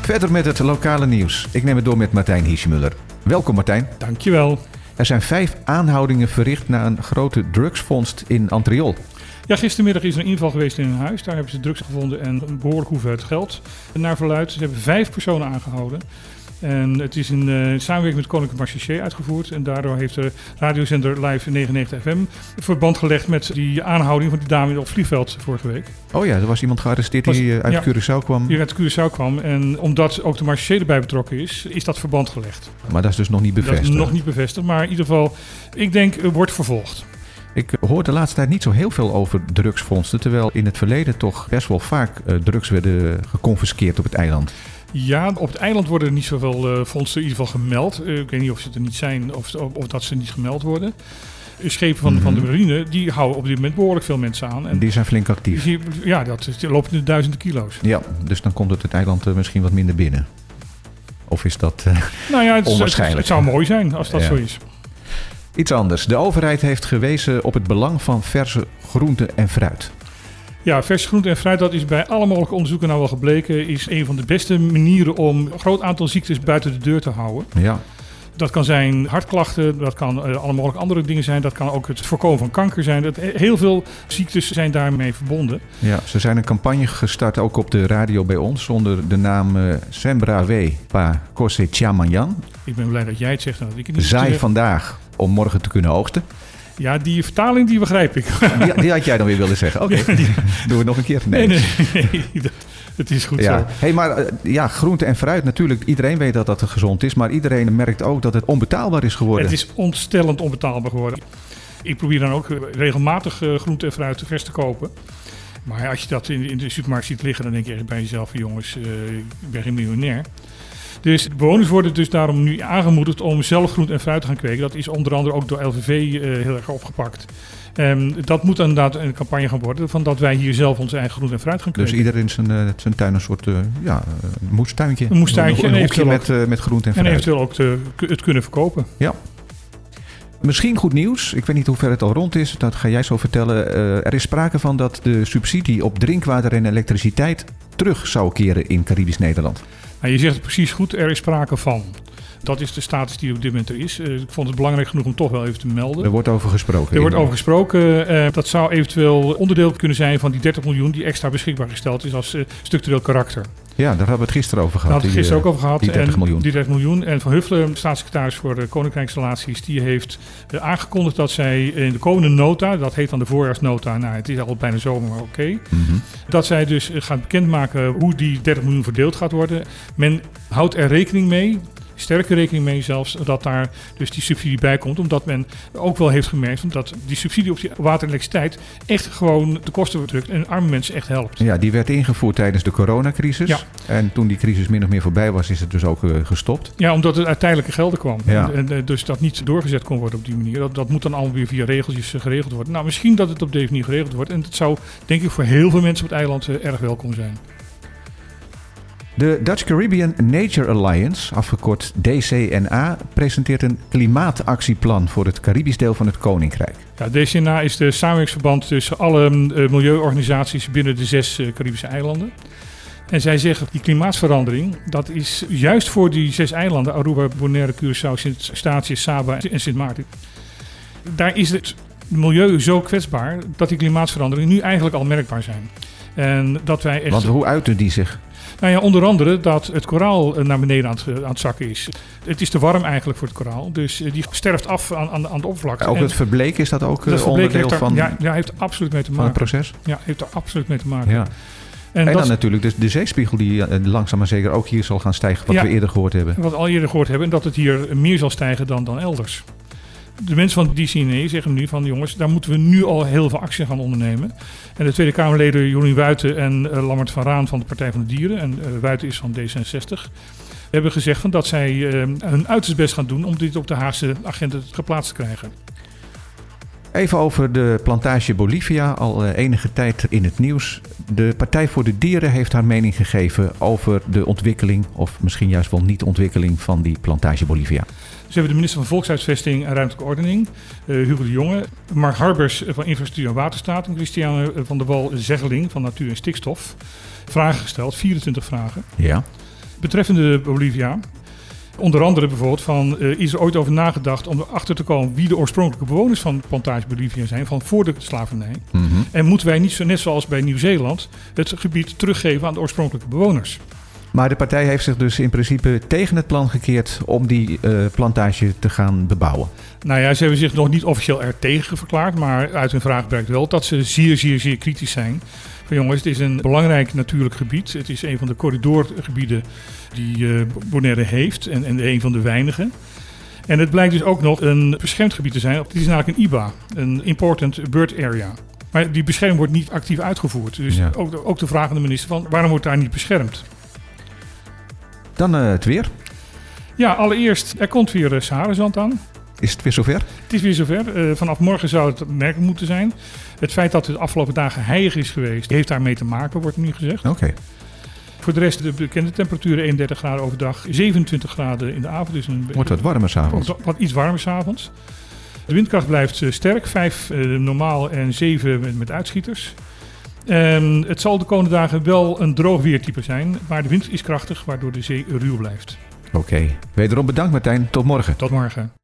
Verder met het lokale nieuws. Ik neem het door met Martijn Hiesjemuller. Welkom Martijn. Dankjewel. Er zijn vijf aanhoudingen verricht na een grote drugsvondst in Antriol. Ja, gistermiddag is er een inval geweest in een huis. Daar hebben ze drugs gevonden en een behoorlijk hoeveelheid geld. En naar verluidt, ze hebben vijf personen aangehouden. En het is in eh, samenwerking met Koninklijke Marché uitgevoerd. En daardoor heeft de radiozender Live 99 FM verband gelegd met die aanhouding van die dame op het vliegveld vorige week. Oh ja, er was iemand gearresteerd Was- die eh, uit ja. Curaçao kwam. Die uit Curaçao kwam. En omdat ook de Marché erbij betrokken is, is dat verband gelegd. Maar dat is dus nog niet bevestigd. Dat is nog niet bevestigd, maar in ieder geval, ik denk, eh, wordt vervolgd. Ik hoor de laatste tijd niet zo heel veel over drugsfondsen. Terwijl in het verleden toch best wel vaak eh, drugs werden geconfiskeerd op het eiland. Ja, op het eiland worden er niet zoveel eh, fondsen in ieder geval gemeld. Eh, ik weet niet of ze er niet zijn of, of, of dat ze niet gemeld worden. Eh, Schepen van, van de marine, die houden op dit moment behoorlijk veel mensen aan. En En die zijn flink actief. die- ja, dat is- die loopt in de duizenden kilo's. Ja, dus dan komt het het eiland eh, misschien wat minder binnen. Of is dat eh, Nou ja, het, is- het, Onwaarschijnlijk. het zou mooi zijn als dat Ja. zo is. iets anders? De overheid heeft gewezen op het belang van verse groenten en fruit. Ja, vers groente en fruit, dat is bij alle mogelijke onderzoeken nou wel gebleken, is een van de beste manieren om een groot aantal ziektes buiten de deur te houden. Ja, Dat kan zijn hartklachten, dat kan eh, alle mogelijke andere dingen zijn, dat kan ook het voorkomen van kanker zijn. Dat, eh, heel veel ziektes zijn daarmee verbonden. ja, ze zijn een campagne gestart, ook op de radio bij ons, onder de naam eh, Sembra We Pa Kose Chamanjan. Ik ben blij dat jij het zegt en dat ik het niet Zaai zeg. vandaag om morgen te kunnen oogsten. Ja, die vertaling die begrijp ik. Die, die had jij dan weer willen zeggen. Oké, doen we nog een keer. Nee, nee, nee, dat- het is goed Ja. zo. Hey, maar eh, ja, groente en fruit natuurlijk. Iedereen weet dat dat gezond is. Maar iedereen merkt ook dat het onbetaalbaar is geworden. Het is ontstellend onbetaalbaar geworden. Ik probeer dan ook eh, regelmatig eh, groente en fruit vers te kopen. Maar als je dat in, in de supermarkt ziet liggen, dan denk je echt bij jezelf, jongens, eh, ik ben geen miljonair. Dus de bewoners worden dus daarom nu aangemoedigd om zelf groente en fruit te gaan kweken. Dat is onder andere ook door LVV eh, heel erg opgepakt. Ehm, dat moet inderdaad een campagne gaan worden, van dat wij hier zelf onze eigen groente en fruit gaan Dus kweken. iedereen zijn, eh, zijn tuin een soort eh, ja, een moestuintje. Een moestuintje Een, en hoekje met, eventueel eh, met groente en en fruit. eventueel ook te- het kunnen verkopen. Misschien goed nieuws. Ik weet niet hoe ver het al rond is. Dat ga jij zo vertellen. Eh, er is sprake van dat de subsidie op drinkwater en elektriciteit terug zou keren in Caribisch Nederland. Nou, je zegt het precies goed, er is sprake van. Dat is de status die op dit moment er is. Eh, ik vond het belangrijk genoeg om toch wel even te melden. Er wordt over gesproken. Er wordt over gesproken. eh, dat zou eventueel onderdeel kunnen zijn van die 30 miljoen die extra beschikbaar gesteld is als eh, structureel karakter. Ja, daar hebben we het gisteren over Daar gehad. hadden we Die, Nou, gisteren eh, ook over gehad. die 30 en, miljoen. Die 30 miljoen. En Van Huffelen, staatssecretaris voor de Koninkrijksrelaties, die heeft eh, aangekondigd dat zij in de komende nota, dat heet dan de voorjaarsnota, nou het is al bijna zomer, maar oké. Mhm. Dat zij dus eh, gaat bekendmaken hoe die 30 miljoen verdeeld gaat worden. Men houdt er rekening mee, sterke rekening mee zelfs, dat daar dus die subsidie bij komt. Omdat men ook wel heeft gemerkt dat die subsidie op die water en elektriciteit echt gewoon de kosten drukt en arme mensen echt helpt. Ja, die werd ingevoerd tijdens de coronacrisis. Ja. En toen die crisis min of meer voorbij was, is het dus ook eh, gestopt. Ja, omdat het uit tijdelijke gelden kwam. Ja. En, en, eh, dus dat niet doorgezet kon worden op die manier. Dat, dat moet dan allemaal weer via regeltjes eh, geregeld worden. Nou, misschien dat het op deze manier geregeld wordt. En dat zou denk ik voor heel veel mensen op het eiland eh, erg welkom zijn. De Dutch Caribbean Nature Alliance, afgekort DCNA, presenteert een klimaatactieplan voor het Caribisch deel van het Koninkrijk. Ja, DCNA is de samenwerkingsverband tussen alle mm, eh, milieuorganisaties binnen de zes eh, Caribische eilanden. En zij zeggen, die klimaatverandering, dat is juist voor die zes eilanden, Aruba, Bonaire, Curaçao, Sint Eustatius, Saba en Sint Maarten. Daar is het milieu zo kwetsbaar dat die klimaatveranderingen nu eigenlijk al merkbaar zijn. En dat wij echt... Want hoe uiten die zich? Nou ja, onder andere dat het koraal eh, naar beneden aan het, aan het zakken is. Het is te warm eigenlijk voor het koraal, dus eh, die sterft af aan, aan, aan de oppervlakte. Ook En- het verbleken, is dat ook eh, dat verbleek onderdeel heeft daar, van, ja, ja, heeft er absoluut mee te van het maken. proces? Ja, heeft er absoluut mee te maken. Ja. En, En, dat dan natuurlijk dus de, de zeespiegel die eh, langzaam maar zeker ook hier zal gaan stijgen, wat Ja. we eerder gehoord hebben. wat we al eerder gehoord hebben, dat het hier meer zal stijgen dan, dan elders. De mensen van DCNE E zeggen nu van jongens, daar moeten we nu al heel veel actie gaan ondernemen. En de Tweede Kamerleden Jorien Wuiten en eh, Lammert van Raan van de Partij van de Dieren, en eh, Wuiten is van D66, hebben gezegd van dat zij eh, hun uiterst best gaan doen om dit op de Haagse agenda geplaatst te krijgen. Even over de plantage Bolivia, al eh, enige tijd in het nieuws. De Partij voor de Dieren heeft haar mening gegeven over de ontwikkeling, of misschien juist wel niet-ontwikkeling, van die plantage Bolivia. Ze hebben de minister van Volkshuisvesting en Ruimtelijke Ordening, eh, Hugo de Jonge, Mark Harbers eh, van Infrastructuur en Waterstaat en Christiane eh, van der Wal Zeggeling van Natuur en Stikstof vragen gesteld, 24 vragen, Ja. betreffende Bolivia. Onder andere bijvoorbeeld van, eh, is er ooit over nagedacht om erachter te komen wie de oorspronkelijke bewoners van plantage Bolivia zijn, van voor de slavernij? Mhm. En moeten wij niet zo net zoals bij Nieuw-Zeeland het gebied teruggeven aan de oorspronkelijke bewoners? Maar de partij heeft zich dus in principe tegen het plan gekeerd om die eh, plantage te gaan bebouwen. Nou ja, ze hebben zich nog niet officieel er tegen verklaard, maar uit hun vraag blijkt wel dat ze zeer, zeer, zeer kritisch zijn. Van jongens, het is een belangrijk natuurlijk gebied. Het is een van de corridorgebieden die eh Bonaire heeft en, en een van de weinige. En het blijkt dus ook nog een beschermd gebied te zijn. Het is namelijk een IBA, een Important Bird Area. Maar die bescherming wordt niet actief uitgevoerd. Dus Ja. ook, de- ook de vraag aan de minister van waarom wordt daar niet beschermd? Dan eh, het weer. Ja, allereerst, er komt weer eh, Saharazand aan. Is het weer zover? Het is weer zover. Eh, vanaf morgen zou het merkelijk moeten zijn. Het feit dat het de afgelopen dagen heilig is geweest, heeft daarmee te maken, wordt nu gezegd. Oké. Voor de rest de bekende temperaturen 31 graden overdag, 27 graden in de avond. Dus een Wordt wat warmer s'avonds. wat, wat iets warmer s'avonds. De windkracht blijft eh, sterk, 5 normaal en 7 met, met uitschieters. Ehm, het zal de komende dagen wel een droog weertype zijn, maar de wind is krachtig, waardoor de zee ruw blijft. Oké. Wederom bedankt Martijn. Tot morgen. Tot morgen.